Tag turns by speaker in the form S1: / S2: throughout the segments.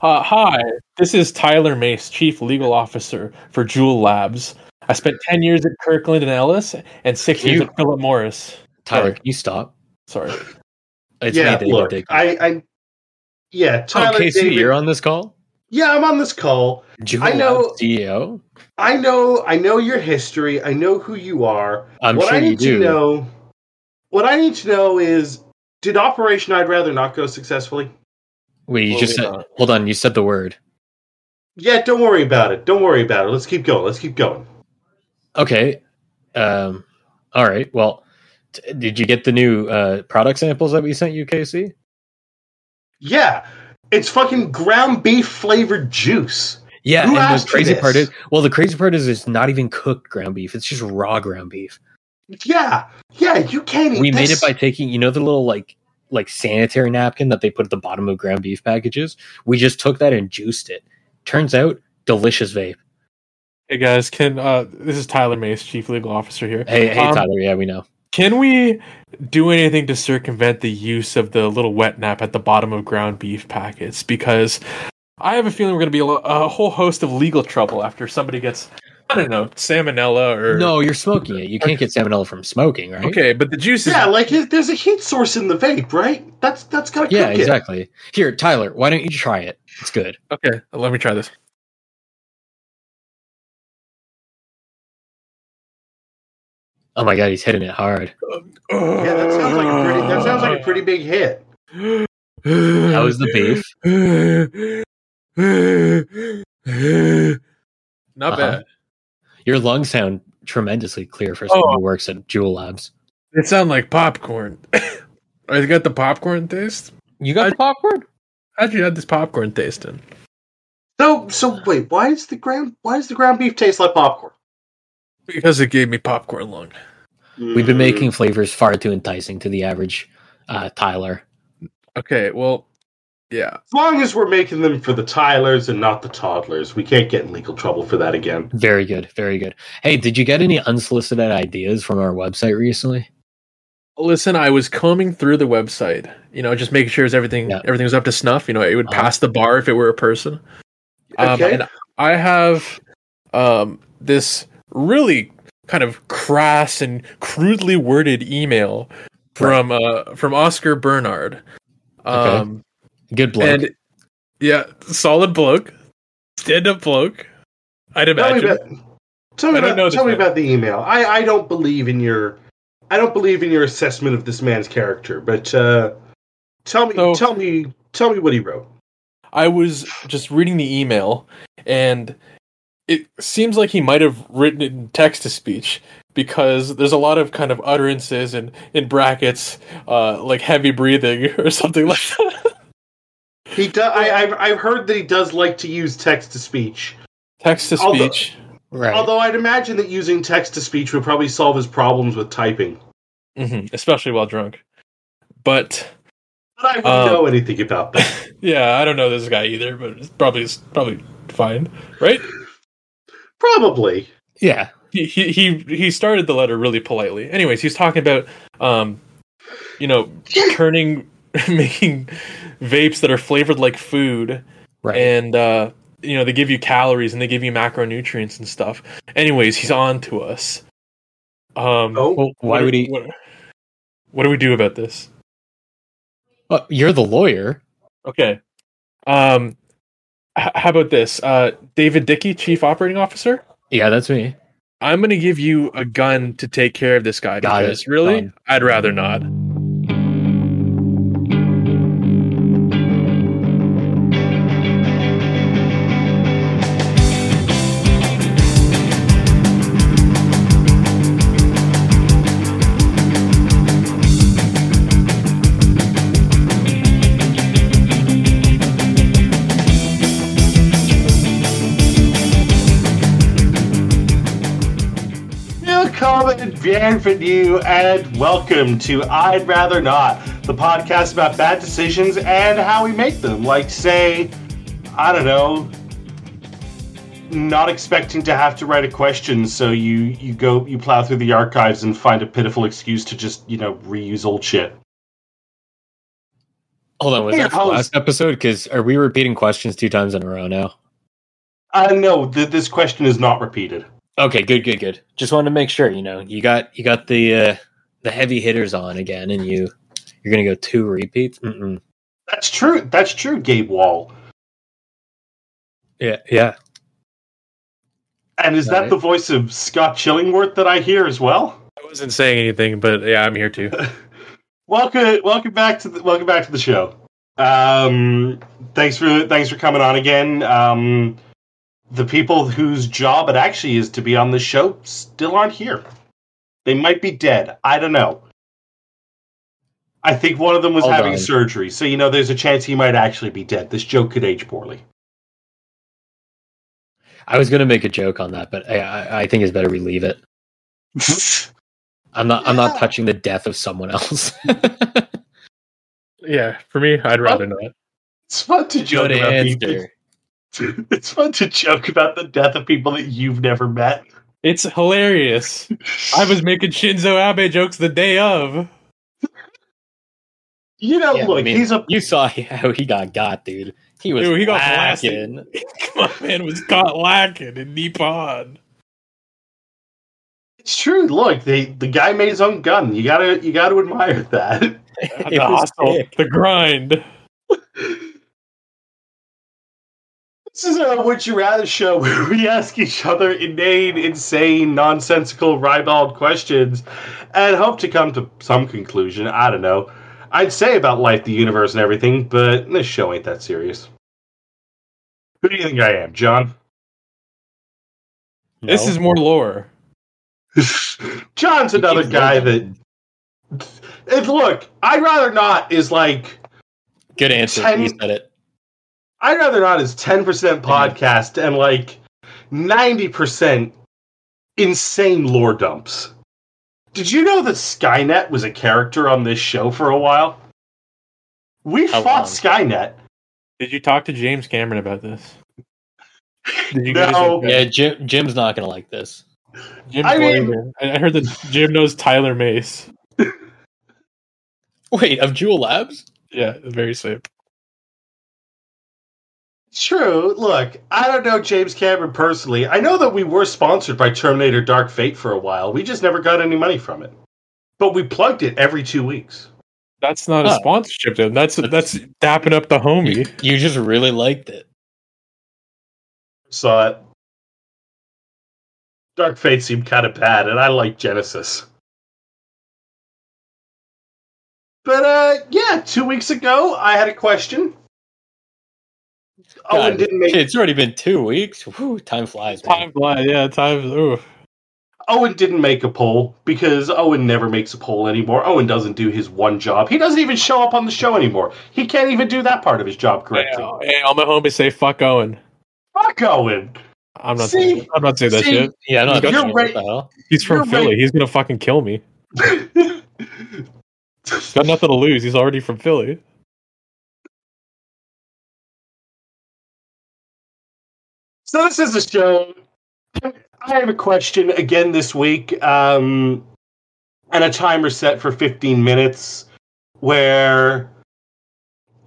S1: Uh, hi, this is Tyler Mace, Chief Legal Officer for Jewel Labs. I spent 10 years at Kirkland and Ellis and six years
S2: You-
S1: at Philip Morris.
S2: Tyler, can you stop?
S1: Sorry.
S2: It's
S3: yeah,
S2: me, David
S3: look,
S2: Dickman.
S3: I, I, yeah, Tyler,
S2: oh, Casey,
S3: David-
S2: you're on this call.
S3: yeah, I'm on this call.
S2: Jewel
S3: I know-
S2: Labs CEO.
S3: I know, I know your history. I know who you are.
S2: I'm
S3: what
S2: sure
S3: I
S2: you
S3: need
S2: do.
S3: to know, what I need to know is, did Operation I'd Rather Not go successfully?
S2: Wait, you
S1: Well,
S2: just
S1: we
S2: said.
S1: are.
S2: Hold on, you said the word.
S3: Yeah, don't worry about it. Don't worry about it. Let's keep going. Let's keep going.
S2: Okay. Um. All right. Well, t- did you get the new uh, product samples that we sent you, Casey?
S3: Yeah, it's fucking ground beef flavored juice.
S2: Yeah.
S3: Who
S2: and
S3: asked
S2: the
S3: you
S2: crazy part
S3: this?
S2: is, well, the crazy part is, it's not even cooked ground beef. It's just raw ground beef.
S3: Yeah, yeah, you can't eat
S2: we made it
S3: this.
S2: by taking you know the little like like sanitary napkin that they put at the bottom of ground beef packages we just took that and juiced it turns out delicious vape
S1: Hey guys, can uh, this is Tyler Mace, Chief Legal Officer here.
S2: hey hey
S1: Um,
S2: tyler yeah we know
S1: Can we do anything to circumvent the use of the little wet nap at the bottom of ground beef packets? Because I have a feeling we're going to be a, lo- a whole host of legal trouble after somebody gets, I don't know, salmonella or
S2: no you're smoking it you can't get salmonella from smoking right
S1: Okay, but the juice is
S3: Yeah, like it, there's a heat source in the vape, right? That's that's gotta
S2: yeah
S3: cook it.
S2: exactly here tyler why don't you try it it's good
S1: okay. Let me try this.
S2: oh my god he's hitting it hard
S3: Yeah, that sounds like a pretty that sounds like a pretty big hit.
S2: how is the beef
S1: Not
S2: Uh-huh.
S1: bad.
S2: your lungs sound tremendously clear for someone
S1: Oh.
S2: who works at jewel labs
S1: It sound like popcorn. I got the popcorn taste.
S2: you got
S1: I-
S2: the popcorn
S1: How'd you have this popcorn taste in?
S3: So so wait, why is the ground why does the ground beef taste like popcorn?
S1: Because it gave me popcorn lung.
S2: we've been making flavors far too enticing to the average uh, tyler
S1: Okay, well, yeah.
S3: as long as we're making them for the Tylers and not the toddlers, we can't get in legal trouble for that again.
S2: Very good, very good. Hey, did you get any unsolicited ideas from our website recently?
S1: Listen, I was combing through the website, you know, just making sure is everything
S2: Yeah.
S1: everything was up to snuff. You know, it would
S2: Uh-huh.
S1: pass the bar if it were a person. Um,
S3: Okay.
S1: and I have um, this really kind of crass and crudely worded email from uh, from Oscar Bernard.
S2: Okay.
S1: Um,
S2: Good blood.
S1: And yeah, solid bloke, stand up bloke. I'd
S3: Tell me
S1: imagine.
S3: about, tell me,
S1: I don't
S3: about,
S1: know this
S3: tell me
S1: man.
S3: about the email. I, I don't believe in your I don't believe in your assessment of this man's character, but uh, tell me
S1: So-
S3: tell me tell me what he wrote.
S1: I was just reading the email, and it seems like he might have written it in text to speech because there's a lot of kind of utterances and in brackets, uh, like heavy breathing or something like that.
S3: He do, I, I've I've heard that he does like to use text to speech.
S1: text to
S3: Although-
S1: speech.
S2: right.
S3: Although I'd imagine that using text to speech would probably solve his problems with typing.
S1: hmm especially while drunk. But
S3: But I wouldn't
S2: Oh.
S1: Um,
S3: know anything about that.
S1: yeah, I don't know this guy either, but it's probably it's probably fine, right?
S3: probably.
S2: yeah.
S1: he he he started the letter really politely. Anyways, he's talking about um, you know, turning making vapes that are flavored like food,
S2: Right.
S1: and uh, you know they give you calories and they give you macronutrients and stuff. Anyways, he's on to us. Um,
S3: Oh,
S2: well, why
S1: what-
S2: would he?
S1: What, what do we do about this?
S2: Well, Oh, you're the lawyer.
S1: Okay. Um, h- how about this? Uh, David Dickey, chief operating officer.
S2: Yeah, that's me.
S1: I'm gonna give you a gun to take care of this guy
S2: Got it.
S1: because really,
S2: Done.
S1: I'd rather not.
S3: Welcome and bienvenue and welcome to I'd Rather Not, the podcast about bad decisions and how we make them. Like, say, I don't know, not expecting to have to write a question, so you you go you plow through the archives and find a pitiful excuse to just you know reuse old shit.
S2: Hold on, was
S3: Hey,
S2: that the
S3: how's-
S2: last episode? Because are we repeating questions two times in a row now?
S3: I know that this question is not repeated.
S2: Okay, good, good, good. Just wanted to make sure. You know, you got you got the uh, the heavy hitters on again, and you you're gonna go two repeats. Mm-mm.
S3: That's true. That's true, Gabe Wall.
S2: Yeah, yeah.
S3: And is that
S2: Right.
S3: the voice of Scott Chillingworth that I hear as well?
S1: I wasn't saying anything, but yeah, I'm here too.
S3: Welcome, welcome back to the welcome back to the show. Um, thanks for thanks for coming on again. Um, the people whose job it actually is to be on the show still aren't here. They might be dead. I don't know. I think one of them was
S2: Hold
S3: having
S2: on.
S3: surgery, so you know there's a chance he might actually be dead. This joke could age poorly.
S2: I was gonna make a joke on that, but I, I, I think it's better we leave it. I'm not I'm not
S3: Yeah.
S2: touching the death of someone else.
S1: Yeah, for me, I'd rather not.
S3: it's fun to joke
S2: Good
S3: about people.
S2: answer.
S3: It's fun to joke about the death of people that you've never met.
S1: It's hilarious. I was making Shinzo Abe jokes the day of.
S3: You know,
S2: Yeah, I
S3: Oh, look,
S2: mean,
S3: he's a
S2: You saw how he got got, dude. He was
S1: Dude, he got
S2: whacking.
S1: My man was caught lacking in Nippon.
S3: It's true. Look, the the guy made his own gun. You gotta you gotta admire that.
S1: The
S2: It was
S1: hustle,
S2: sick.
S1: the grind.
S3: This is a Would You Rather show where we ask each other inane, insane, nonsensical, ribald questions and hope to come to some conclusion. I don't know. I'd say about life, the universe, and everything, but this show ain't that serious. Who do you think I am, John?
S1: This
S2: No.
S1: is more lore.
S3: John's
S2: He
S3: another
S2: keeps
S3: guy that.
S2: looking.
S3: It, look, I'd rather not is like.
S2: good answer.
S3: Ten-
S2: He said it.
S3: I'd rather not as 10% podcast and like 90% insane lore dumps. Did you know that Skynet was a character on this show for a while? We
S2: How
S3: fought
S2: long?
S3: Skynet.
S1: Did you talk to James Cameron about this? Did you
S3: No.
S2: Yeah, Jim, Jim's not gonna like this.
S1: Jim
S3: I mean-
S1: Blazer. I I heard that Jim knows Tyler Mace.
S2: Wait, of Jewel Labs?
S1: Yeah, very sick.
S3: True. Look, I don't know James Cameron personally. I know that we were sponsored by Terminator Dark Fate for a while. We just never got any money from it. But we plugged it every two weeks.
S1: That's not a
S2: Huh.
S1: sponsorship, though. That's that's dapping up the
S2: You,
S1: homie.
S2: you just really liked it.
S3: Saw it. uh, Dark Fate seemed kind of bad, and I like Genesis. But uh, yeah, two weeks ago I had a question. Owen
S2: God,
S3: didn't make
S2: It's already been two weeks. Whew, time flies. man.
S1: Time flies. Yeah, time. Ooh.
S3: Owen didn't make a poll because Owen never makes a poll anymore. Owen doesn't do his one job. He doesn't even show up on the show anymore. He can't even do that part of his job
S1: Hey,
S3: correctly.
S1: hey, all my homies say fuck Owen.
S3: Fuck Owen.
S1: I'm not.
S3: See?
S1: saying, I'm not saying that
S3: See?
S1: shit.
S2: Yeah, no,
S3: You're
S2: that's what
S3: right.
S2: the hell.
S1: He's from
S3: You're
S1: Philly.
S3: right.
S1: He's gonna fucking kill me. Got nothing to lose. He's already from Philly.
S3: So this is a show. I have a question again this week, um, and a timer set for 15 minutes, where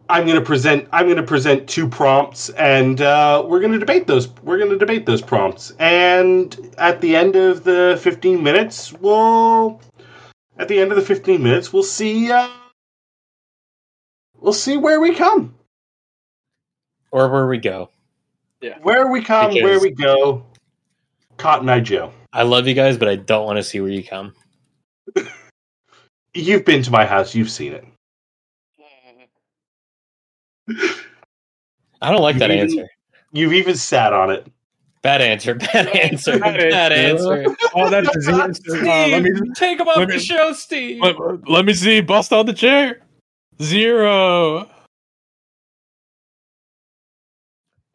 S3: I'm going to present. I'm going to present two prompts, and uh, we're going to debate those. We're going to debate those prompts, and at the end of the 15 minutes, we'll. At the end of the 15 minutes, we'll see. Uh, we'll see where we come,
S2: Or where we go.
S3: where we come,
S2: Because-
S3: where we go. Cotton Eye Joe.
S2: I love you guys, but I don't want to see where you come.
S3: You've been to my house. You've seen it.
S2: I don't like that
S3: Mhm.
S2: answer.
S3: You've even sat on it.
S2: Bad answer. Bad answer.
S1: Bad
S2: Bad
S1: answer.
S2: answer.
S1: Oh, that's his answer. Uh, let me
S2: take him
S1: let me-
S2: show, Steve.
S1: let, let me see. Bust on the chair. Zero.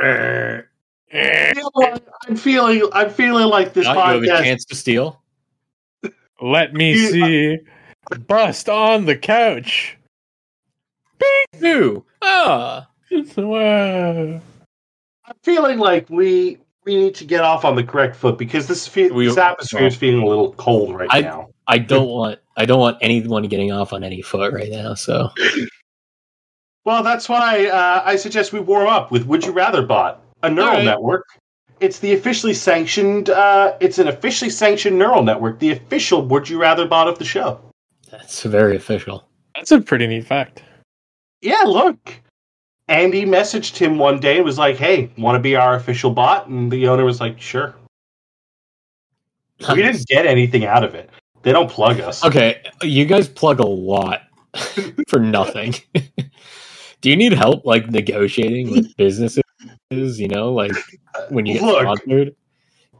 S1: Eh.
S3: You know what? I'm feeling. I'm feeling like this
S2: Now you have a
S3: podcast.
S2: chance to steal.
S1: Let me
S3: You-
S1: see. Bust on the couch.
S2: Two. Ah.
S1: Wow.
S3: I'm feeling like we we need to get off on the correct foot because this fe-
S2: We-
S3: this atmosphere is feeling a little cold right
S2: I-
S3: now.
S2: I don't want. I don't want anyone getting off on any foot right now. So
S3: Well, that's why uh, I suggest we warm up with Would You Rather Bot, a neural
S1: Alright.
S3: network. It's the officially sanctioned. Uh, it's an officially sanctioned neural network, the official Would You Rather Bot of the show.
S2: That's very official.
S1: That's a pretty neat fact.
S3: Yeah, look. Andy messaged him one day and was like, "Hey, want to be our official bot?" And the owner was like, "Sure." We didn't get anything out of it. They don't plug us.
S2: Okay, you guys plug a lot for nothing. Do you need help like negotiating with businesses? You know, like when you get
S3: Look.
S2: sponsored.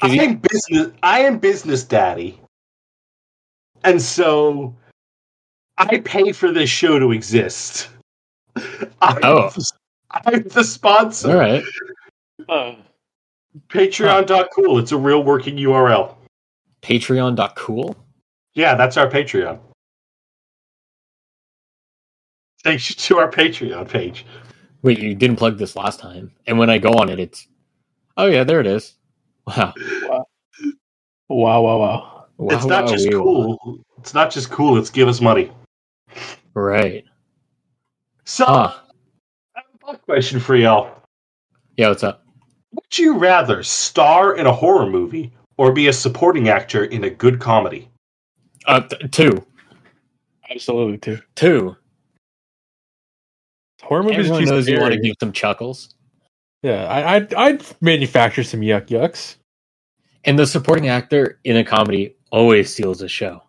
S3: I
S2: 'Cause you-
S3: am business. I am business daddy, and so I pay for this show to exist. I'm,
S2: Oh.
S3: the- I'm the sponsor.
S2: all right.
S1: Uh,
S3: Patreon.cool. It's a real working URL.
S2: Patreon.cool.
S3: Yeah, that's our Patreon. Takes you to our Patreon page.
S2: Wait, you didn't plug this last time. And when I go on it, it's oh yeah, there it is. Wow.
S1: wow, wow, wow.
S2: Wow,
S3: it's not
S2: wow,
S3: just
S2: wee, wow.
S3: cool. It's not just cool. It's give us money.
S2: Right.
S3: So,
S2: Huh.
S3: I have a fun question for y'all.
S2: Yeah, what's up?
S3: Would you rather star in a horror movie or be a supporting actor in a good comedy?
S2: Uh th- two.
S1: Absolutely, too.
S2: Two.
S1: Horror movies
S2: Everyone
S1: do
S2: knows you want to
S1: scare
S2: give some chuckles.
S1: Yeah, I, I'd, I'd manufacture some yuck yucks.
S2: And the supporting actor in a comedy always steals the show.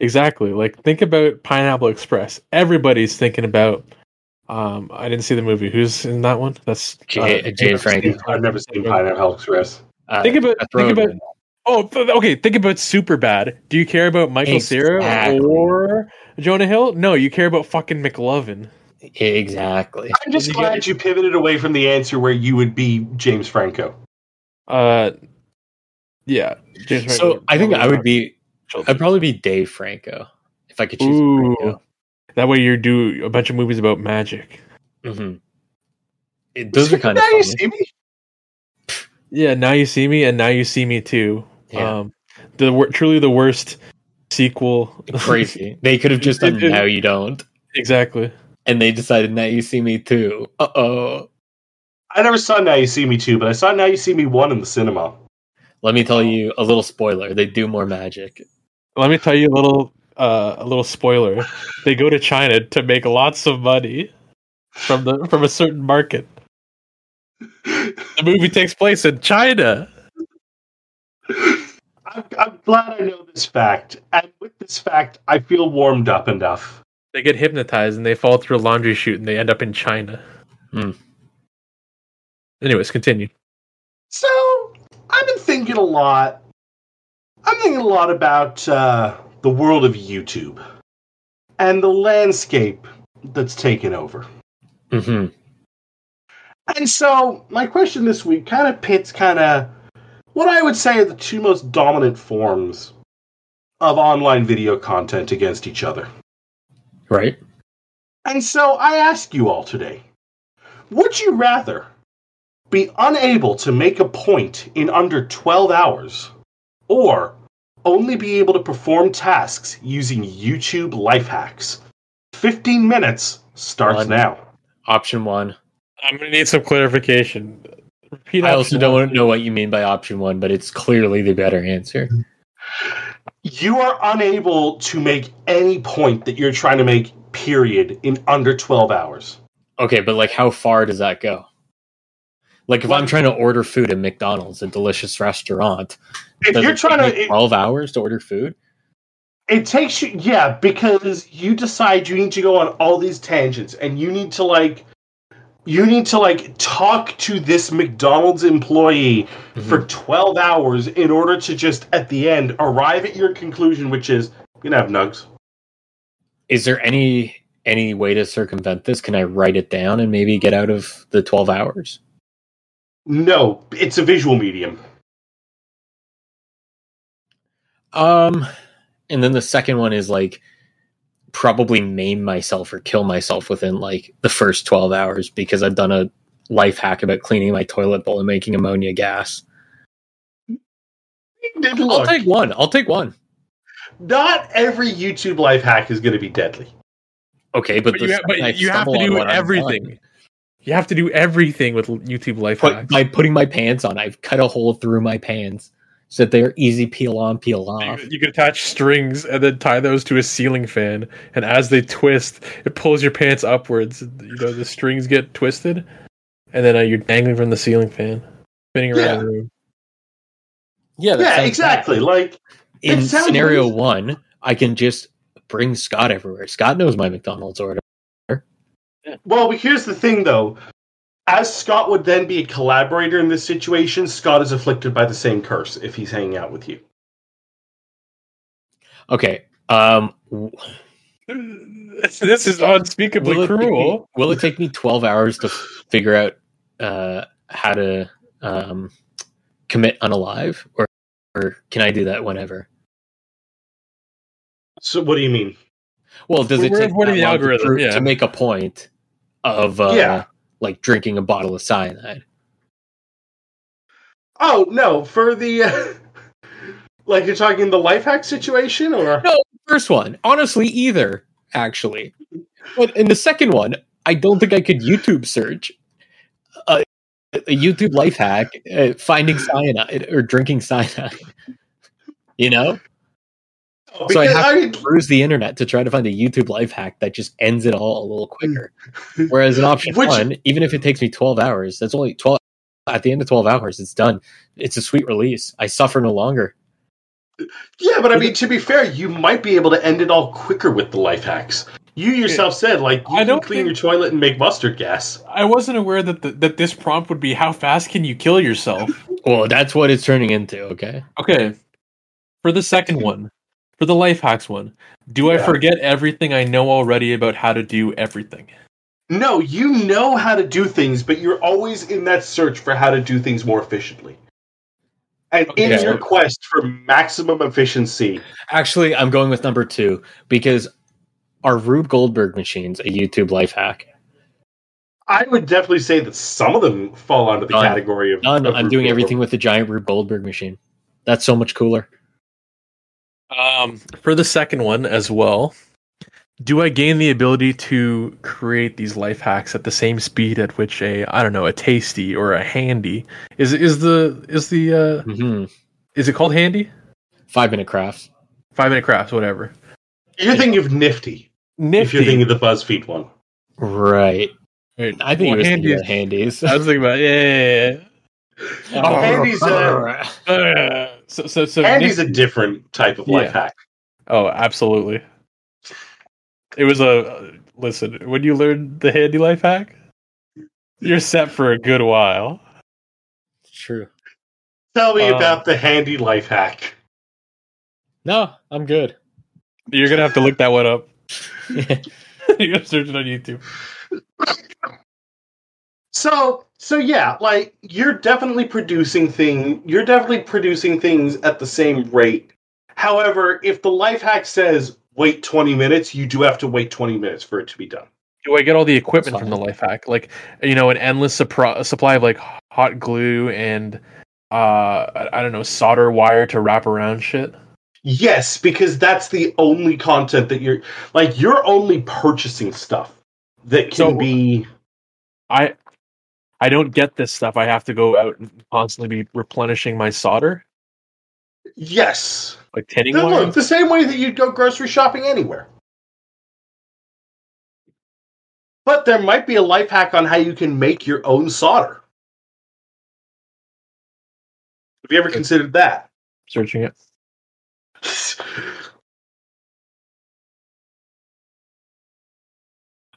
S1: Exactly. Like think about Pineapple Express. Everybody's thinking about. Um, I didn't see the movie. Who's in that one? That's
S2: J- James Franco.
S3: I've never seen Pineapple Express.
S2: Uh,
S1: Think about-
S2: Seth
S1: think about-
S2: Rogen.
S1: Oh, th- okay. Think about Superbad. Do you care about Michael
S2: Exactly.
S1: Cera or Jonah Hill? No, you care about fucking McLovin.
S2: Exactly.
S3: I'm just
S1: You
S3: glad
S1: get-
S3: you pivoted away from the answer where you would be James Franco.
S1: Uh, yeah. James
S2: So
S1: Franco.
S2: I think I would be.
S1: Children.
S2: I'd probably be Dave Franco if I could choose.
S1: Ooh.
S2: Franco.
S1: That way, you do a bunch of movies about magic.
S2: Mhm. It, those are kind of
S3: Now you
S2: funny.
S3: see me?
S1: Yeah. Now you see me, and now you see me too.
S2: Yeah.
S1: Um, the wor- truly the worst sequel.
S2: Crazy. They could have just done
S1: Oh. It- it-
S2: now you don't,
S1: exactly.
S2: and they decided now you see me too. Uh oh.
S3: I never saw Now You See Me 2, but I saw Now You See Me 1 in the cinema.
S2: Let me tell you a little spoiler. They do more magic.
S1: Let me tell you a little uh, a little spoiler. They go to China to make lots of money from the from a certain market. The movie takes place in China.
S3: I'm, I'm glad I know this fact. And with this fact, I feel warmed up enough.
S1: They get hypnotized and they fall through a laundry chute and they end up in China.
S2: Hmm.
S1: Anyways, continue.
S3: So, I've been thinking a lot. I'm thinking a lot about uh, the world of YouTube and the landscape that's taken over.
S2: hmm
S3: And so, my question this week kind of pits kind of what I would say are the two most dominant forms of online video content against each other.
S2: Right.
S3: And so, I ask you all today would you rather be unable to make a point in under 12 hours or only be able to perform tasks using YouTube life hacks? 15 minutes starts
S2: One.
S3: now.
S2: Option one.
S1: I'm gonna need some clarification. Repeat
S2: I
S1: option
S2: also
S1: one.
S2: don't know what you mean by option one, but it's clearly the better answer.
S3: You are unable to make any point that you're trying to make, period, in under 12 hours.
S2: Okay, but like how far does that go? Like if I'm
S3: Like-
S2: trying to order food at McDonald's, a delicious restaurant,
S3: If
S2: does
S3: you're
S2: it take
S3: trying to,
S2: me
S3: it,
S2: 12 hours to order food?
S3: it takes you, yeah, because you decide you need to go on all these tangents and you need to, like, you need to, like, talk to this McDonald's employee
S2: Mm-hmm.
S3: for 12 hours in order to just, at the end, arrive at your conclusion, which is, you can have nugs.
S2: Is there any any way to circumvent this? Can I write it down and maybe get out of the 12 hours?
S3: No, it's a visual medium.
S2: Um and then the second one is like probably maim myself or kill myself within like the first 12 hours because I've done a life hack about cleaning my toilet bowl and making ammonia gas. I'll
S3: Look,
S2: take one. I'll take one.
S3: not every YouTube life hack is going to be deadly.
S2: Okay, but,
S1: But
S2: the
S1: you, ha-
S2: second I
S1: but you have
S2: stumble
S1: to
S2: on
S1: do
S2: what I'm
S1: everything.
S2: on,
S1: You have to do everything with YouTube life
S2: Put,
S1: hacks.
S2: by putting my pants on, I've cut a hole through my pants so that they're easy peel on, peel
S1: You
S2: off.
S1: could, you could attach strings and then tie those to a ceiling fan, and as they twist, it pulls your pants upwards. You know the strings get twisted, and then uh, you're dangling from the ceiling fan, spinning around
S3: Yeah.
S1: the room.
S2: Yeah, that
S3: yeah,
S2: sounds-
S3: exactly. Like
S2: In
S3: It sounds
S2: scenario
S3: amazing.
S2: one, I can just bring Scott everywhere. Scott knows my McDonald's order.
S3: Well, here's the thing, though. As Scott would then be a collaborator in this situation, Scott is afflicted by the same curse if he's hanging out with you.
S2: Okay. Um, w-
S1: This, this is unspeakably
S2: will it, take me,
S1: cruel.
S2: will it take me 12 hours to f- figure out uh, how to um, commit unalive? Or, or can I do that whenever?
S3: So, what do you mean?
S2: Well, does
S1: We're-
S2: it
S1: we're
S2: take that
S1: avoiding the
S2: long to
S1: algorithm,
S2: prove-
S1: yeah.
S2: to make a point of uh,
S3: Yeah.
S2: like drinking a bottle of cyanide?
S3: Oh no, for the uh, like you're talking the life hack situation, or
S2: First one, honestly, either actually, but in the second one, I don't think I could YouTube search a, a YouTube life hack uh, finding cyanide or drinking cyanide. You know, So I
S3: Because
S2: have-
S3: I-
S2: bruise the internet to try to find a YouTube life hack that just ends it all a little quicker. Whereas in option
S3: Which-
S2: one, even if it takes me twelve hours, that's only twelve. At the end of twelve hours, it's done. It's a sweet release. I suffer no longer.
S3: yeah, but I mean to be fair, you might be able to end it all quicker with the life hacks. You yourself said like you
S1: I
S3: can
S1: don't
S3: clean
S1: think-
S3: your toilet and make mustard gas.
S1: I wasn't aware that the, that this prompt would be how fast can you kill yourself.
S2: Well, that's what it's turning into. Okay.
S1: Okay. For the second one, for the life hacks one, do I
S3: Yeah.
S1: forget everything I know already about how to do everything?
S3: No, you know how to do things, but you're always in that search for how to do things more efficiently. And in
S2: Okay.
S3: your quest for maximum efficiency,
S2: Actually, I'm going with number two because are Rube Goldberg machines a YouTube life hack?
S3: I would definitely say that some of them fall under the
S2: None.
S3: category of.
S2: None.
S3: of
S2: I'm
S3: Rube
S2: doing
S3: Goldberg.
S2: everything with the giant Rube Goldberg machine. That's so much cooler.
S1: Um, for the second one as well, do I gain the ability to create these life hacks at the same speed at which a I don't know a tasty or a handy is is the is the uh,
S2: hmm
S1: is it called handy
S2: Five minute crafts.
S1: five minute crafts whatever
S3: You're thinking of Nifty. If you're
S1: nifty
S3: thinking of the BuzzFeed one.
S2: Right.
S1: Right.
S2: I think
S1: Well,
S2: it was handy.
S1: handy
S2: the handies.
S1: I was thinking about yeah, yeah,
S3: Oh, handy's, uh,
S1: yeah. Uh, so so so
S3: Andy's a
S1: nifty-
S3: different type of life hack.
S1: Oh, absolutely. It was a listen. When you learn the handy life hack, you're set for a good while.
S2: true.
S3: Tell me
S1: Um,
S3: about the handy life hack.
S2: No, I'm good.
S1: You're gonna have to look that one up. You're gonna search it on YouTube.
S3: So so yeah, like you're definitely producing thing you're definitely producing things at the same rate. However, if the life hack says wait 20 minutes, you do have to wait 20 minutes for it to be done.
S1: Do I get all the equipment
S2: That's
S1: from
S2: fine.
S1: the life hack? Like you know, an endless supri- supply of like hot glue and uh, I- I don't know, solder wire to wrap around shit.
S3: Yes, because that's the only content that you're like you're only purchasing stuff that can
S1: So-
S3: be
S1: I I don't get this stuff. I have to go out and constantly be replenishing my solder,
S3: yes.
S1: like tinning
S3: Then
S1: wire.
S3: look, the same way that you'd go grocery shopping anywhere. But there might be a life hack on how you can make your own solder. Have you ever considered that?
S1: Searching it.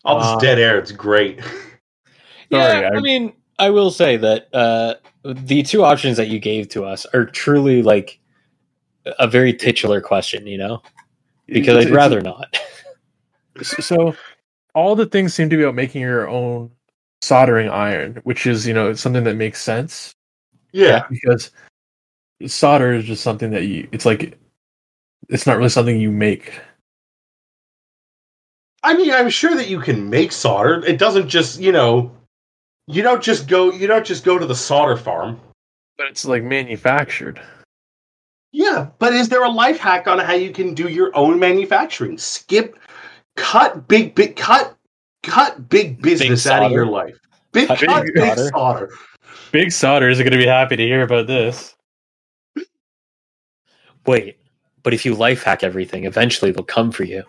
S3: All this
S1: Uh,
S3: dead air, it's great.
S1: Sorry,
S2: yeah, I,
S1: I-
S2: mean, I will say that uh, the two options that you gave to us are truly like a very titular question, you know, because
S1: It's-
S2: I'd
S1: it's-
S2: rather not.
S1: S- so all the things seem to be about making your own soldering iron which is you know something that makes sense
S3: Yeah.
S1: because solder is just something that you it's like it's not really something you make
S3: I mean, I'm sure that you can make solder. It doesn't just, you know, you don't just go you don't just go to the solder farm.
S1: but it's like manufactured
S3: Yeah, but is there a life hack on how you can do your own manufacturing? Skip cut big big cut cut big business out of
S2: solder.
S3: your life. Big
S2: Cut
S3: cut,
S2: big
S3: big,
S2: solder.
S3: solder.
S1: Big Sodder is going to be happy to hear about this.
S2: Wait, but if you life hack everything, eventually they'll come for you.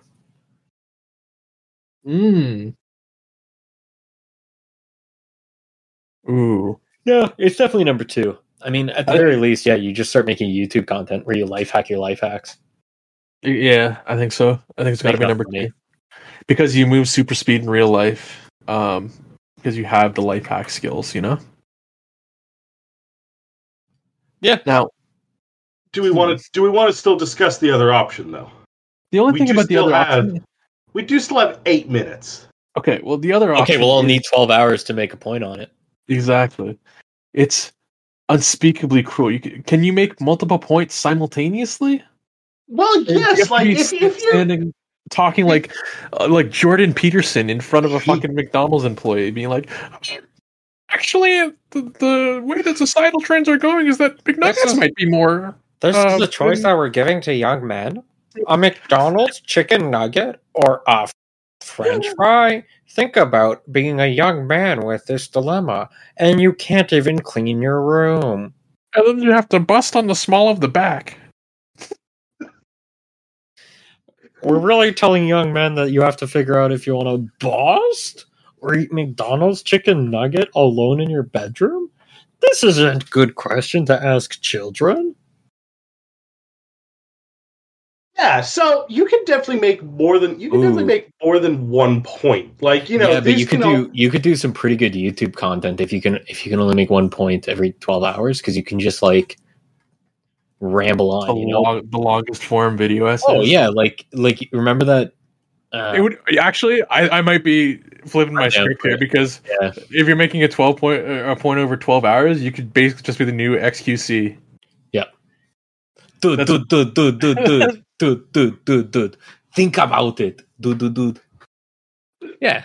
S1: Mmm. Ooh.
S2: No, it's definitely number two. I mean, at the
S1: I-
S2: very least, yeah, you just start making YouTube content where you life hack your life hacks.
S1: Y- Yeah, I think so. I think it's got to
S2: Make
S1: be
S2: that
S1: number
S2: for me.
S1: two because you move super speed in real life. Um, because you have the life hack skills, you know.
S2: Yeah.
S1: Now,
S3: Do
S2: Hmm.
S3: we want to do we want to still discuss the other option though?
S1: the only
S3: We
S1: thing
S3: do
S1: about the
S3: still
S1: other
S3: have-
S1: option.
S3: We do still have eight minutes.
S1: Okay, well, the other option.
S2: Okay, we'll all
S1: is-
S2: need 12 hours to make a point on it.
S1: exactly. It's unspeakably cruel. You can, can you make multiple points simultaneously?
S3: Well,
S1: You have
S3: yes,
S1: to
S3: like
S1: be
S3: if, if you're
S1: standing talking like uh, like Jordan Peterson in front of a fucking McDonald's employee, being like, "Actually, the, the way that societal trends are going is that
S4: This
S1: McNuggets
S4: is-
S1: might be more."
S4: This
S1: Uh,
S4: is the choice that we're giving to young men: a McDonald's chicken nugget or a f- French fry. Think about being a young man with this dilemma, and you can't even clean your room.
S1: And then you have to bust on the small of the back.
S4: We're really telling young men that you have to figure out if you want to bust or eat McDonald's chicken nugget alone in your bedroom. This isn't a good question to ask children.
S3: yeah, so you can definitely make more than you can
S2: Ooh.
S3: definitely make more than one point. Like you know,
S2: yeah, but
S3: these
S2: you could
S3: can all-
S2: do you could do some pretty good YouTube content if you can if you can only make one point every 12 hours because you can just like ramble
S1: The,
S2: on, you know.
S1: long, the longest form video essay.
S2: Oh yeah, like like remember that uh,
S1: It would actually. I, I might be flipping my
S2: Right now,
S1: script here
S2: yeah.
S1: because
S2: Yeah.
S1: if you're making a twelve point uh, a point over twelve hours, you could basically just be the new XQC.
S2: dude,
S1: That's-
S2: dude, dude, dude, dude, dude, dude, dude, dude, dude. Think about it, dude, dude, dude. Yeah.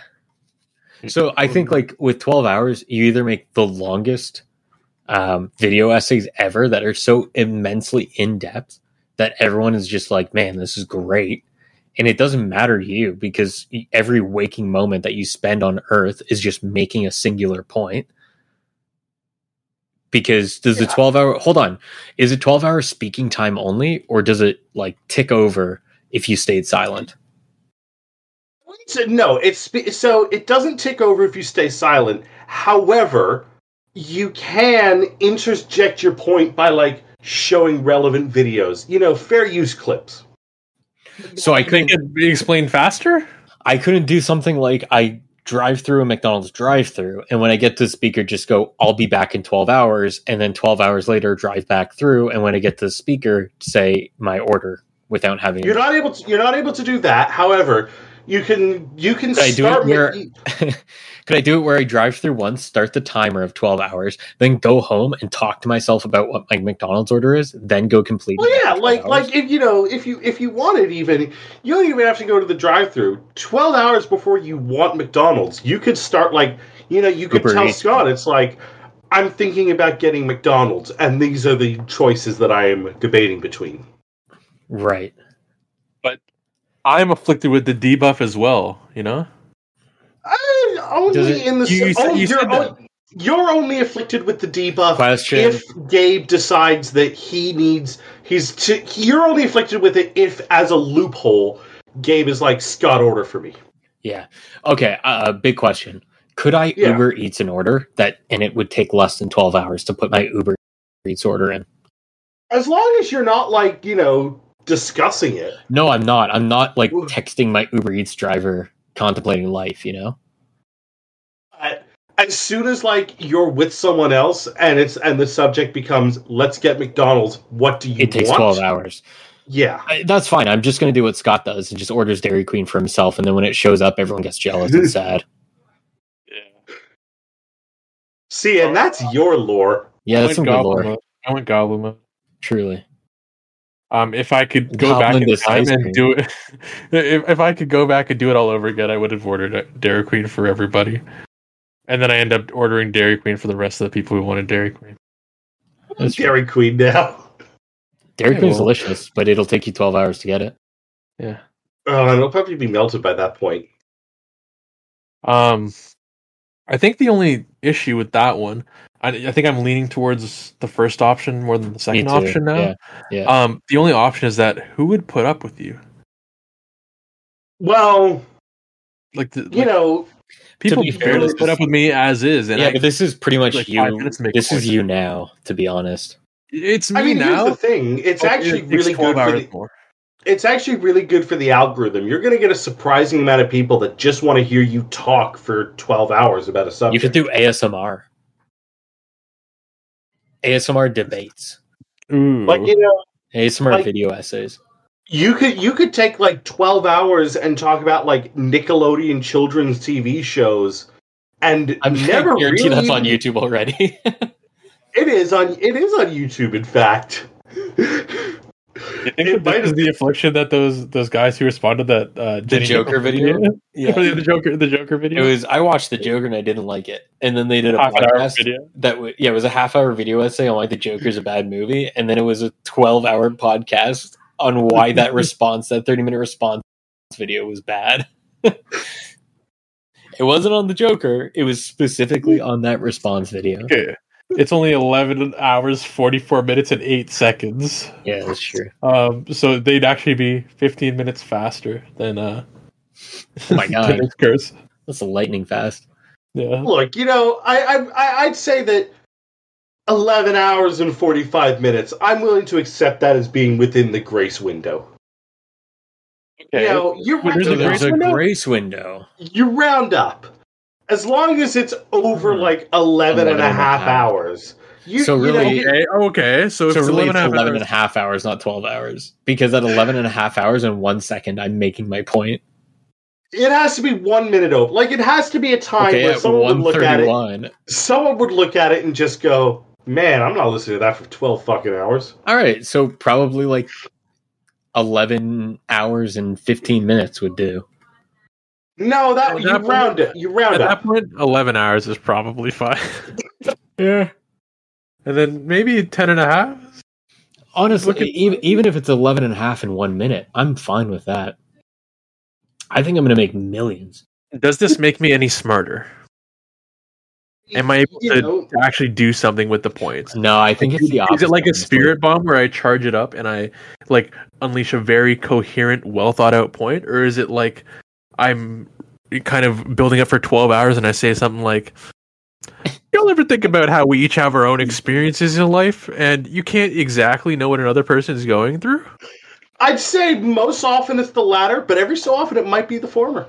S2: So I think like with 12 hours, you either make the longest um, video essays ever that are so immensely in depth that everyone is just like, man, this is great. And it doesn't matter to you because every waking moment that you spend on Earth is just making a singular point. Because does the
S3: Yeah.
S2: 12 hour, hold on, is it 12 hours speaking time only or does it like tick over if you stayed silent?
S3: So, no, it's spe- so it doesn't tick over if you stay silent. However, you can interject your point by like showing relevant videos, you know, fair use clips.
S2: So I
S1: Make
S2: couldn't,
S1: it be explained faster.
S2: I couldn't do something like I drive through a McDonald's drive through and when I get to the speaker just go I'll be back in 12 hours and then 12 hours later drive back through and when I get to the speaker say my order without having
S3: You're not able to. You're not able to do that. However, you can. You can
S2: Could I do it
S3: start.
S2: where-
S3: making-
S2: could I do it where I drive through once, start the timer of 12 hours, then go home and talk to myself about what my McDonald's order is, then go complete?
S3: Well,
S2: it
S3: yeah,
S2: after
S3: like
S2: 12 hours?
S3: like if you know if you if you want it even you don't even have to go to the drive-through. Twelve hours before you want McDonald's, you could start like you know you could
S2: Uber
S3: tell
S2: Eats.
S3: Scott it's like I'm thinking about getting McDonald's, and these are the choices that I am debating between.
S2: right.
S1: I'm afflicted with the debuff as well. You know.
S3: I,
S2: Does
S3: only
S2: it-
S3: in the
S1: you- you said-
S3: oh,
S1: you
S3: you're,
S1: said
S3: on- you're only afflicted with the debuff
S2: Question.
S3: if Gabe decides that he needs he's to, you're only afflicted with it if as a loophole Gabe is like Scott order for me.
S2: Yeah. Okay. Uh, big question. Could I
S3: Yeah.
S2: Uber Eats an order that, and it would take less than 12 hours to put my Uber Eats order in?
S3: As long as you're not like, you know, discussing it.
S2: No, I'm not. I'm not like
S3: Ooh.
S2: texting my Uber Eats driver contemplating life, you know?
S3: But as soon as like you're with someone else and it's and the subject becomes let's get McDonald's, what do you
S2: It takes
S3: want?
S2: 12 hours.
S3: Yeah.
S2: I, that's fine. I'm just going to do what Scott does and just orders Dairy Queen for himself. And then when it shows up, everyone gets jealous and sad.
S3: See, and that's your lore.
S2: Yeah,
S1: I
S2: that's some
S1: went
S2: good
S1: goblin
S2: lore.
S1: mode. I went goblin mode.
S2: Truly.
S1: Um, if I could go
S2: Goblin
S1: back in
S2: does
S1: time
S2: ice
S1: and do it, if, if I could go back and do it all over again, I would have ordered a Dairy Queen for everybody, and then I end up ordering Dairy Queen for the rest of the people who wanted Dairy Queen.
S2: That's true.
S3: Dairy Queen now.
S2: Dairy
S1: Yeah,
S2: Queen's
S1: well-
S2: delicious, but it'll take you 12 hours to get it.
S1: Yeah,
S3: Oh, it'll probably be melted by that point.
S1: Um, I think the only issue with that one, I, I think I'm leaning towards the first option more than the
S2: Me
S1: second
S2: too.
S1: option now.
S2: Yeah. yeah.
S1: Um, the only option is that who would put up with you?
S3: Well,
S1: Like, the,
S3: you
S1: like,
S3: know,
S1: people
S2: To be fair,
S1: barely
S2: this
S1: put
S2: is-
S1: up with me as is, and
S2: yeah,
S1: I,
S2: but this is pretty much
S1: like
S2: you.
S1: five minutes to make a
S2: This is
S1: point.
S2: you now, to be honest.
S1: it's me
S3: I mean,
S1: now.
S3: here's the thing. It's
S1: but it
S3: actually
S1: takes
S3: really
S1: 12
S3: good for
S1: hours
S3: the,
S1: more.
S3: it's actually really good for the algorithm. You're going to get a surprising amount of people that just want to hear you talk for 12 hours about a subject.
S2: You could do ASMR. ASMR debates.
S1: Ooh.
S3: like you know,
S2: ASMR
S3: Like-
S2: video essays.
S3: you could you could take like 12 hours and talk about like Nickelodeon children's TV shows and
S2: I'm
S3: never
S2: never guarantee
S3: really
S2: that's on YouTube already.
S3: It is on it is on YouTube in fact.
S1: You think that
S3: It might
S1: this is
S3: have-
S1: the affliction that those those guys who responded that uh,
S2: the
S1: Jenny
S2: Joker video.
S1: Yeah.
S2: Yeah.
S1: the Joker, the Joker
S2: It
S1: video.
S2: was I watched the Joker and I didn't like it. And then they did a
S1: Half an hour
S2: podcast
S1: video.
S2: that w- yeah, it was a half hour video essay on why the Joker's a bad movie, and then it was a twelve hour podcast on why that response, that thirty minute response video was bad. it wasn't on the Joker, it was specifically on that response video.
S1: Okay. It's only eleven hours, forty four minutes, and eight seconds.
S2: Yeah, that's true.
S1: Um, so they'd actually be fifteen minutes faster than uh,
S2: Oh my god.
S1: than this curse.
S2: That's a lightning fast.
S1: Yeah,
S3: Look, you know, I, I I I'd say that 11 hours and 45 minutes. I'm willing to accept that as being within the grace window. You know, you
S1: Well,
S3: round,
S1: there's a grace
S3: up,
S1: window?
S2: grace window.
S3: you round up. As long as it's over
S2: Hmm.
S3: like 11
S2: 11
S3: and a
S2: and a
S3: half
S2: half.
S3: hours. You,
S2: So
S3: you know,
S2: really-
S3: you-
S1: Okay. okay. So,
S2: So
S1: if it's
S2: really
S1: 11
S2: it's 11 and a
S1: hours-
S2: half hours, not 12 hours. Because at 11 and a half hours and one second, I'm making my point.
S3: it has to be one minute over. Like, it has to be a time
S2: Okay,
S3: where
S2: at
S3: someone would look at it.
S2: 131.
S3: Someone would look at it and just go, man, I'm not listening to that for 12 fucking hours.
S2: All right, so probably like 11 hours and 15 minutes would do.
S3: No, that
S1: At
S3: you
S1: that point-
S3: round it. You round
S1: at
S3: up.
S1: that point, eleven hours is probably fine. yeah, and then maybe ten and a half.
S2: Honestly, e-,
S1: Look at-
S2: even, even if it's 11 and a half in one minute, I'm fine with that. I think I'm going to make millions.
S1: Does this make me any smarter? Am I able
S3: You
S1: to-
S3: know,
S1: To actually do something with the points.
S2: No, I think it's the opposite.
S1: Is it like a
S2: honestly.
S1: spirit bomb where I charge it up and I like unleash a very coherent, well thought out point, or is it like I'm kind of building up for twelve hours and I say something like, "Y'all ever think about how we each have our own experiences in life, and you can't exactly know what another person is going through?"
S3: I'd say most often it's the latter, but every so often it might be the former.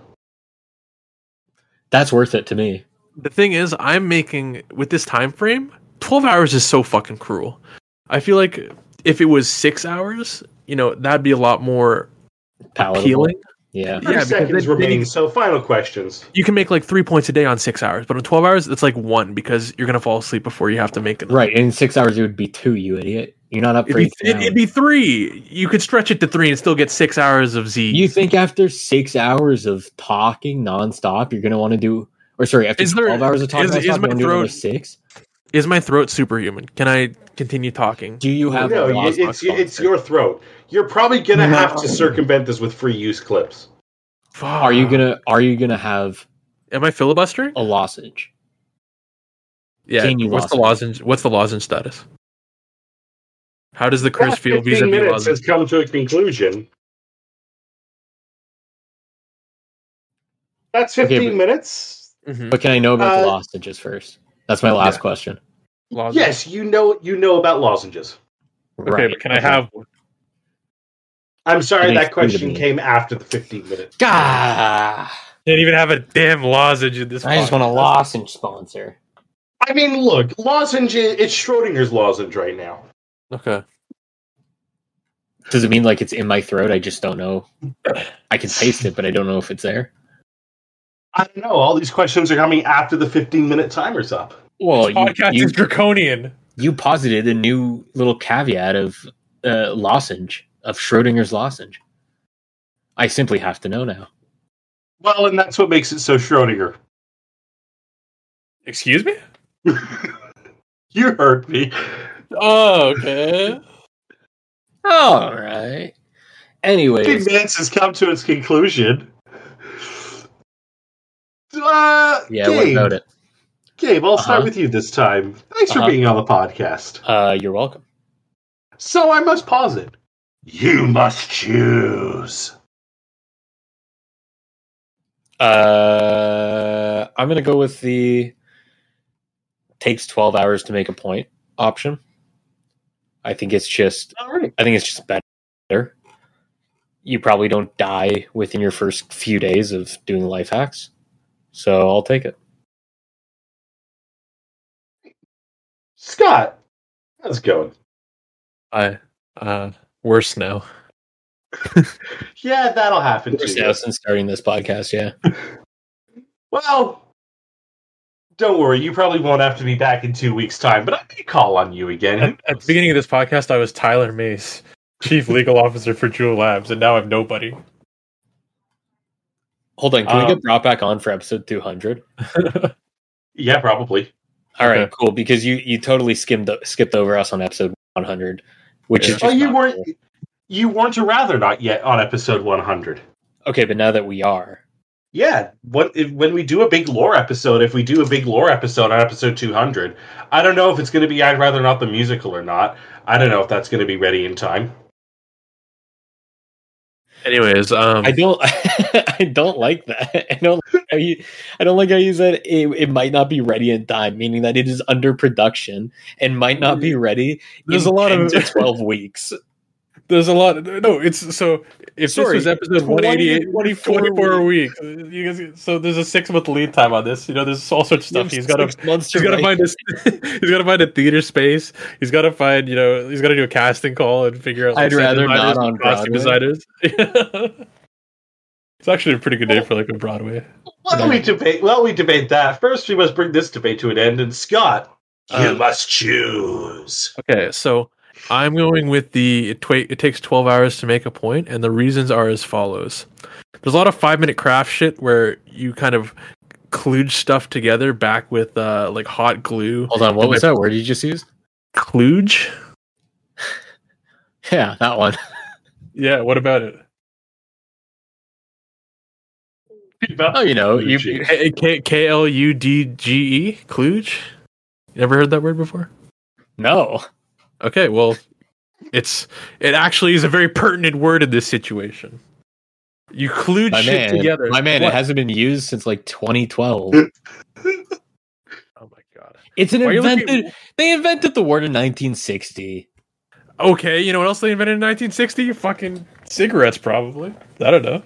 S2: That's worth it to me.
S1: The thing is, I'm making with this time frame, twelve hours is so fucking cruel. I feel like if it was six hours, you know, that'd be a lot more
S2: Palatable.
S1: appealing.
S2: Yeah.
S3: Thirty
S1: because
S3: seconds
S1: then-
S3: remaining. So final questions.
S1: you can make like three points a day on six hours, but on twelve hours, it's like one because you're gonna fall asleep before you have to make it.
S2: Right. In six hours, it would be two, you idiot. You're not up
S1: It'd
S2: for
S1: be,
S2: it.
S1: it'd, it'd be three. You could stretch it to three and still get six hours of Z.
S2: You think after six hours of talking nonstop, you're going to want to do, or sorry, after
S1: Is there-
S2: 12 hours of talking
S1: is-
S2: nonstop,
S1: is
S2: you
S1: my
S2: want to do another
S1: throat-
S2: six?
S1: Is my throat superhuman? Can I continue talking?
S2: Do you have
S3: No,
S2: a
S3: you,
S2: lost
S3: it's
S2: cause
S3: it's
S2: concept?
S3: your throat. You're probably gonna
S1: No.
S3: have to circumvent this with free use clips.
S2: Are you gonna Are you gonna have
S1: Am I filibustering?
S2: a lozenge?
S1: yeah.
S2: can you
S1: what's the lozenge? What's the lozenge status? How does the curse
S3: Past
S1: feel
S3: 15
S1: vis-a-vis
S3: minutes has
S1: lozenge?
S3: come to a conclusion. That's
S2: Okay,
S3: fifteen
S2: but-
S3: minutes.
S1: Mhm.
S2: But can I know about the
S3: Uh,
S2: lozenges first? That's my last question.
S1: Lozenge?
S3: Yes, you know you know about lozenges.
S1: Okay, but can I have? one?
S3: I'm sorry
S2: Can you
S3: that
S2: explain to
S3: question
S2: me?
S3: came after the fifteen minutes.
S2: God,
S1: Can't even have a damn lozenge in this.
S2: I just
S1: podcast.
S2: want a lozenge sponsor.
S3: I mean, look, lozenge. It's Schrodinger's lozenge right now.
S1: Okay.
S2: Does it mean like it's in my throat? I just don't know. I can taste it, but I don't know if it's there.
S3: I don't know. All these questions are coming after the 15 minute timer's up.
S2: Well,
S1: This
S2: Oh, you,
S1: podcast
S2: you
S1: is draconian.
S2: you posited a new little caveat of uh, lozenge of Schrodinger's lozenge. I simply have to know now.
S3: Well, and that's what makes it so Schrodinger.
S1: Excuse me.
S3: you heard me.
S1: Oh, okay.
S2: All right. Anyways,
S3: Advance has come to its conclusion. Uh,
S2: yeah,
S3: Gabe,
S2: what about it?
S3: Gabe, I'll start
S2: Uh-huh.
S3: with you this time. Thanks for
S2: Uh-huh.
S3: being on the podcast.
S2: Uh, you're welcome.
S3: So I must pause it. You must choose.
S2: Uh, I'm gonna go with the takes 12 hours to make a point option. I think it's just
S3: All right.
S2: I think it's just better. You probably don't die within your first few days of doing life hacks. So I'll take it.
S3: Scott, how's it going?
S1: I uh worse now.
S3: Yeah, that'll happen to you.
S2: Since starting this podcast, yeah.
S3: Well, don't worry. You probably won't have to be back in two weeks' time, but I may call on you again.
S1: At, at the beginning of this podcast, I was Tyler Mace, Chief Legal Officer for Jewel Labs, and now I'm nobody.
S2: Hold on, can
S1: Um,
S2: we get brought back on for episode 200?
S3: yeah, probably.
S2: All right,
S1: okay.
S2: cool. Because you you totally skimmed o- skipped over us on episode 100, which
S1: Yeah.
S2: is
S3: Oh,
S2: just
S3: you
S2: not
S3: weren't.
S2: cool.
S3: You weren't a rather not yet on episode one hundred.
S2: okay. But now that we are,
S3: Yeah, what if, when we do a big lore episode? If we do a big lore episode on episode two hundred, I don't know if it's going to be I'd rather not the musical or not. I don't know if that's going to be ready in time.
S1: Anyways, um,
S2: I don't I don't like that. I don't like how you I don't like how you said it, it might not be ready in time, meaning that it is under production and might not be ready
S1: Mm-hmm. there's a
S2: in
S1: lot
S2: 10
S1: of
S2: to 12 weeks.
S1: there's a lot. No, it's so if
S2: Sorry,
S1: this was episode
S2: 20
S1: 188,
S2: 24
S1: 24 weeks. You guys, so there's a six month lead time on this. You know, there's all sorts of stuff. He's got to
S2: months
S1: He's got to find his, he's got to find a theater space. He's got to find, you know, he's got to do a casting call and figure out.
S2: I'd
S1: set
S2: rather
S1: designers
S2: not
S1: and
S2: on
S1: costume
S2: Broadway.
S1: designers. it's actually a pretty good day for like a Broadway.
S3: While we debate, while we debate that, first we must bring this debate to an end. And Scott,
S1: Uh,
S3: you must choose.
S1: Okay, so I'm going with the it, twa it takes 12 hours to make a point, and the reasons are as follows. There's a lot of five minute craft shit where you kind of kludge stuff together back with uh, like hot glue.
S2: Hold on, what was that word you just used?
S1: Kludge?
S2: Yeah, that one.
S1: Yeah, what about it?
S2: Oh, you know, you,
S3: Kludge.
S1: K- eh, K- E? K-L-U-D-G-E? Kluge? Never heard that word before?
S2: no.
S1: Okay, well, it's it actually is a very pertinent word in this situation. You kludge
S2: My
S1: shit
S2: man,
S1: together.
S2: my man,
S1: What?
S2: it hasn't been used since like 2012.
S1: Oh my god.
S2: It's an
S1: Why are you looking-
S2: invented. they invented the word in 1960.
S1: Okay, you know what else they invented in 1960? Fucking cigarettes, probably. I don't know.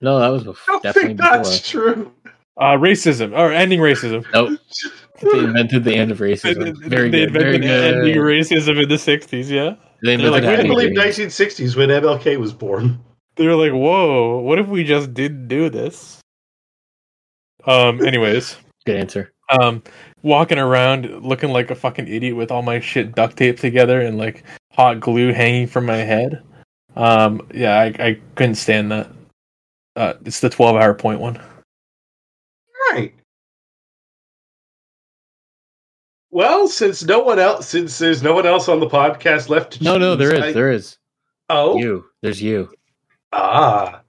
S2: No, that was before,
S3: I don't
S2: definitely
S3: think that's
S2: before.
S3: true.
S1: Uh, racism or ending racism.
S2: Nope, they invented the end of racism. Very
S1: they
S2: good. Very
S1: invented ending
S2: good.
S1: racism in the 60s. Yeah,
S2: They
S1: They're like,
S2: invented
S3: We didn't
S2: happy
S3: believe
S2: endings.
S3: 1960s when MLK was born.
S1: they were like, "Whoa, what if we just didn't do this?" Um. Anyways,
S2: Good answer.
S1: um, walking around looking like a fucking idiot with all my shit duct taped together and like hot glue hanging from my head. Um. Yeah, I, I couldn't stand that. Uh, it's the 12 hour point one.
S3: Right. Well, since no one else, since there's no one else on the podcast left to
S2: No, no, there
S3: choose,
S2: is,
S3: I-
S2: there is
S3: oh,
S2: you. There's you.
S3: ah,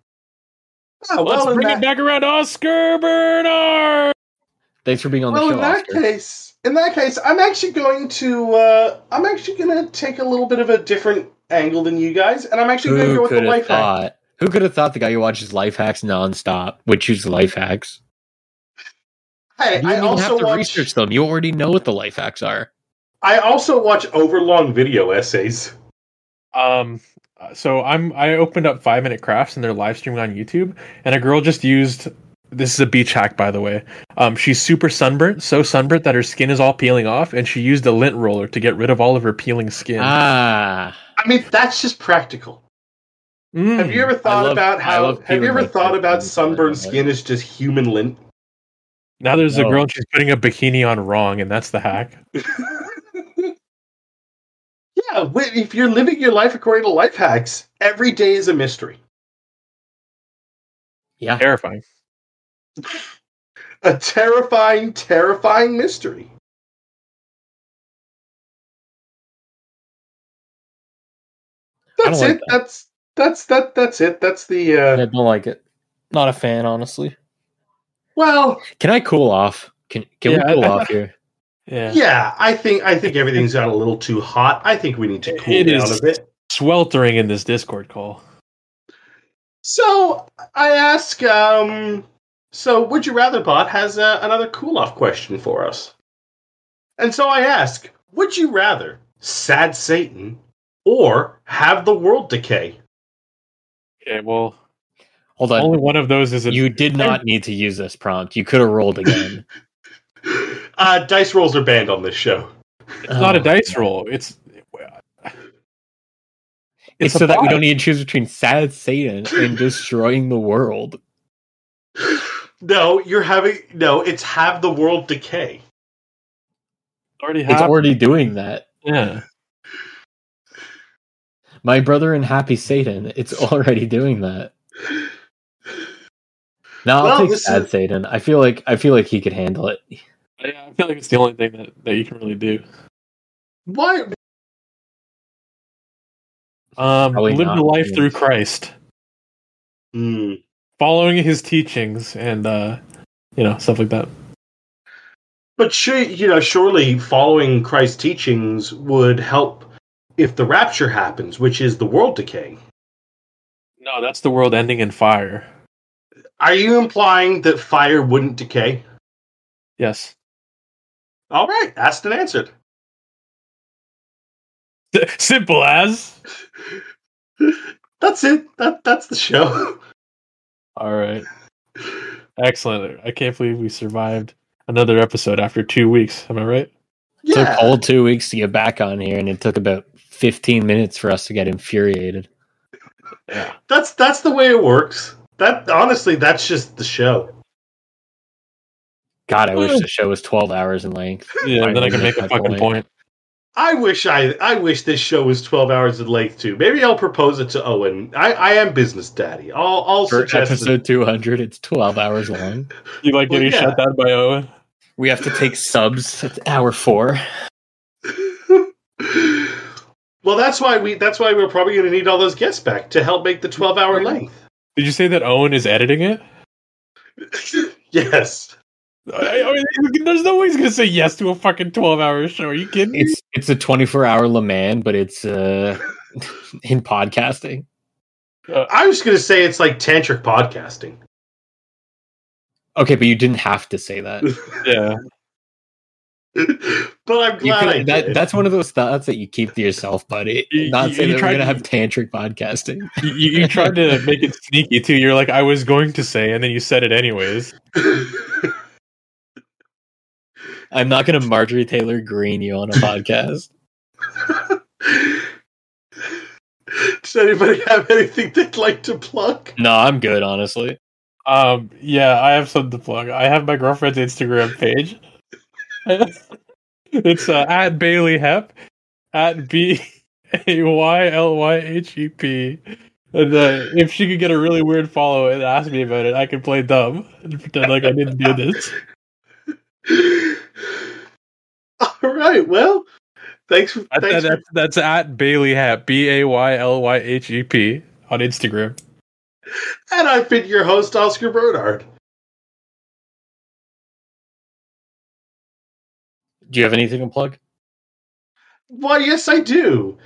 S3: Ah, well,
S1: Let's
S3: in
S1: bring
S3: that,
S1: it back around, Oscar Bernard.
S2: Thanks for being on the
S3: well,
S2: show.
S3: in that
S2: Oscar.
S3: case, in that case, I'm actually going to, uh, I'm actually going to take a little bit of a different angle than you guys, and I'm actually going to go
S2: Who
S3: with the
S2: could have
S3: life hack.
S2: thought? Who could have thought the guy who watches life hacks nonstop would choose life hacks?
S3: Hey,
S2: You don't
S3: I
S2: even have
S3: also
S2: to
S3: watch.
S2: research them. You already know what the life hacks are.
S3: I also watch overlong video essays.
S1: Um, so I'm I opened up Five Minute Crafts and they're live streaming on YouTube, and a girl just used. This is a beach hack, by the way. Um, she's super sunburnt, so sunburnt that her skin is all peeling off, and she used a lint roller to get rid of all of her peeling skin.
S2: Ah,
S3: I mean, that's just practical.
S1: Mm.
S3: Have you ever
S2: Hmm. I
S3: thought
S2: love-
S3: about
S2: I
S3: how?
S2: love
S3: Have you
S2: peeling
S3: ever
S2: like
S3: thought
S2: that.
S3: about
S2: Mm,
S3: sunburned
S2: I like
S3: skin is just human lint?
S1: now there's a
S2: No.
S1: girl and she's putting a bikini on wrong, and that's the hack.
S3: yeah, wh- if you're living your life according to life hacks, every day is a mystery.
S2: yeah.
S1: Terrifying.
S3: A terrifying, terrifying mystery.
S2: I don't
S3: That's
S2: like
S3: it.
S2: that.
S3: That's that's that that's it. That's the uh
S2: I don't like it. Not a fan, honestly.
S3: well,
S2: Can I cool off? Can can
S1: Yeah, I-
S2: we cool
S1: I-
S2: off here?
S1: Yeah.
S3: yeah, I think I think everything's got a little too hot. I think we need to cool
S1: It
S3: down
S1: is.
S3: a bit.
S1: Sweltering in this Discord call.
S3: So I ask um so would you rather bot has uh, another cool off question for us. And so I ask, would you rather sad Satan or have the world decay?
S1: Okay, well,
S2: Hold on.
S1: only one of those is a
S2: You did not need to use this prompt. You could have rolled again.
S3: Uh, dice rolls are banned on this show.
S1: It's
S2: Oh.
S1: not a dice roll. It's
S2: It's
S1: a
S2: so that we
S1: bot.
S2: don't need to choose between sad Satan and destroying the world.
S3: No, you're having no. It's have the world decay.
S1: already
S2: It's
S1: happened.
S2: already doing that.
S1: yeah.
S2: My brother and happy Satan. It's already doing that. No, I'll
S3: Well,
S2: take
S3: this
S2: sad
S3: is-
S2: Satan. I feel like I feel like he could handle it.
S1: Yeah, I feel like it's the only thing that, that you can really do.
S3: Why?
S1: Um,
S2: Probably
S1: live
S2: not,
S1: the life
S2: yes.
S1: through Christ,
S3: Hmm.
S1: following his teachings, and uh, you know stuff like that.
S3: But sure, you know, surely following Christ's teachings would help if the rapture happens, which is the world decaying.
S1: No, that's the world ending in fire.
S3: Are you implying that fire wouldn't decay?
S1: Yes.
S3: All right, asked and answered.
S1: Simple as.
S3: That's it. That that's the show.
S1: All right. Excellent. I can't believe we survived another episode after two weeks. Am I right?
S3: yeah.
S2: took all two weeks to get back on here, and it took about 15 minutes for us to get infuriated.
S1: Yeah.
S3: That's that's the way it works. That honestly, that's just the show.
S2: God, I
S1: Hmm.
S2: wish the show was 12 hours in length.
S1: Yeah. then I can make a
S2: Finally,
S1: fucking
S2: finally.
S1: point.
S3: I wish I I wish this show was twelve hours in length too. Maybe I'll propose it to Owen. I, I am business daddy. I'll I'll
S2: For
S3: suggest that-
S2: episode 200, it's 12 hours long.
S1: You like
S3: Well,
S1: getting
S3: yeah.
S1: shut down by Owen?
S2: We have to take subs at hour four.
S3: well, that's why we that's why we're probably going to need all those guests back to help make the 12-hour length.
S1: Did you say that Owen is editing it?
S3: yes.
S1: I, I mean, there's no way he's gonna say yes to a fucking twelve-hour show. Are you kidding? me?
S2: It's it's a 24 hour Le Mans, but it's uh, in podcasting.
S1: Uh,
S3: I was going to say it's like tantric podcasting.
S2: Okay, but you didn't have to say that. You
S1: Yeah.
S3: but I'm glad I
S2: can- that
S3: did.
S2: that's one of those thoughts that you keep to yourself, buddy.
S1: You-
S2: Not
S1: you-
S2: say
S1: you
S2: that we're
S1: tried to-
S2: gonna have tantric podcasting.
S1: You, you tried to make it sneaky too. You're like, I was going to say, and then you said it anyways.
S2: I'm not gonna Marjorie Taylor Green you on a podcast.
S3: Does anybody have anything they'd like to plug?
S2: No, I'm good, honestly.
S1: Um, yeah, I have something to plug. I have my girlfriend's Instagram page. it's uh, at Bailey Hep, at B A Y L Y H E P. And uh, if she could get a really weird follow and ask me about it, I could play dumb and pretend like I didn't do this.
S3: All right. Well, thanks for
S1: That-
S3: thanks for
S1: that's, that's at Bailey Hep, B A Y L Y H E P on Instagram.
S3: And I've been your host, Oscar Bernard.
S2: Do you have anything to plug?
S3: Why, yes, I do.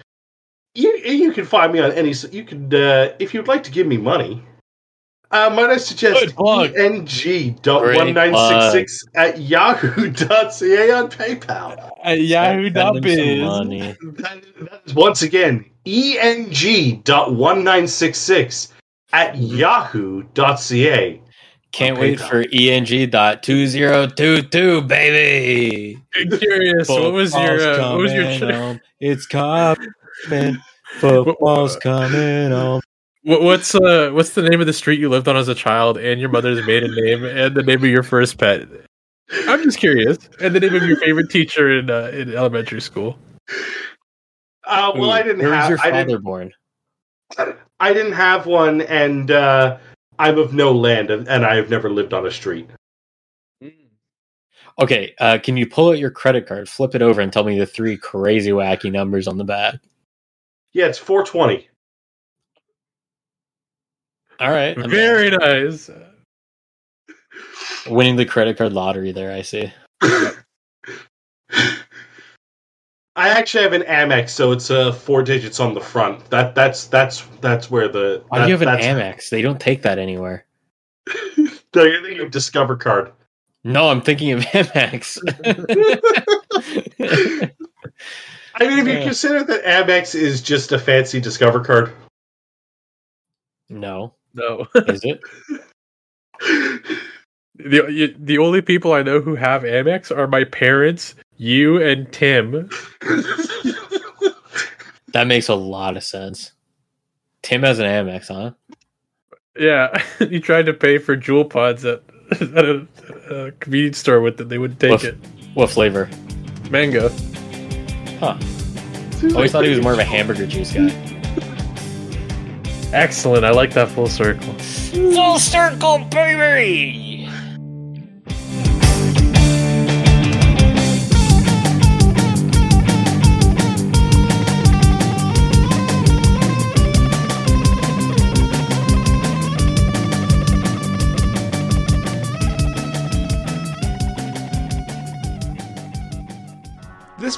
S3: You you can find me on any. s- You can uh, if you'd like to give me money. Uh, might I suggest E
S1: Good plug.
S3: ng.1966 at yahoo.ca on PayPal.
S1: At Yahoo
S2: Send
S1: dot
S2: them some
S1: biz.
S2: money.
S3: That that is once again E eng.1966 at yahoo.ca.
S2: Can't
S3: On
S2: wait
S3: PayPal.
S2: for E ENG.2022, baby.
S1: Curious, what was your
S2: Football's
S1: uh, what was your
S2: coming
S1: Twitter
S2: home. It's coming. Football's coming home.
S1: What, what's uh what's the name of the street you lived on as a child and your mother's maiden name and the name of your first pet? I'm just curious. And the name of your favorite teacher in uh, in elementary school.
S3: Uh, well, I didn't
S2: Where's
S3: have.
S2: your
S3: I didn't-
S2: father born?
S3: I didn't have one, and uh, I'm of no land, and and I have never lived on a street.
S2: Mm, Okay, uh, can you pull out your credit card, flip it over, and tell me the three crazy wacky numbers on the back?
S3: Yeah, it's 420.
S2: All right. I'm
S1: Very nice.
S2: winning the credit card lottery there, I see.
S3: I actually have an Amex, so it's uh, four digits on the front. That that's that's that's where the
S2: Why do Oh, you have an
S3: that- that's-
S2: Amex? They don't take that anywhere.
S3: the, the Discover card.
S2: No, I'm thinking of Amex.
S3: I mean, if you
S2: Yeah.
S3: consider that Amex is just a fancy Discover card,
S2: no,
S1: No.
S2: is it?
S1: The you, the only people I know who have Amex are my parents, you, and Tim.
S2: That makes a lot of sense. Tim has an Amex, huh?
S1: Yeah, he tried to pay for jewel pods at, at a, a convenience store with it. They wouldn't take
S2: What, f-
S1: it.
S2: what flavor?
S1: Mango.
S2: Huh. Always thought he was more of a hamburger juice guy.
S1: Excellent. I like that full circle.
S2: Full circle, baby!
S5: This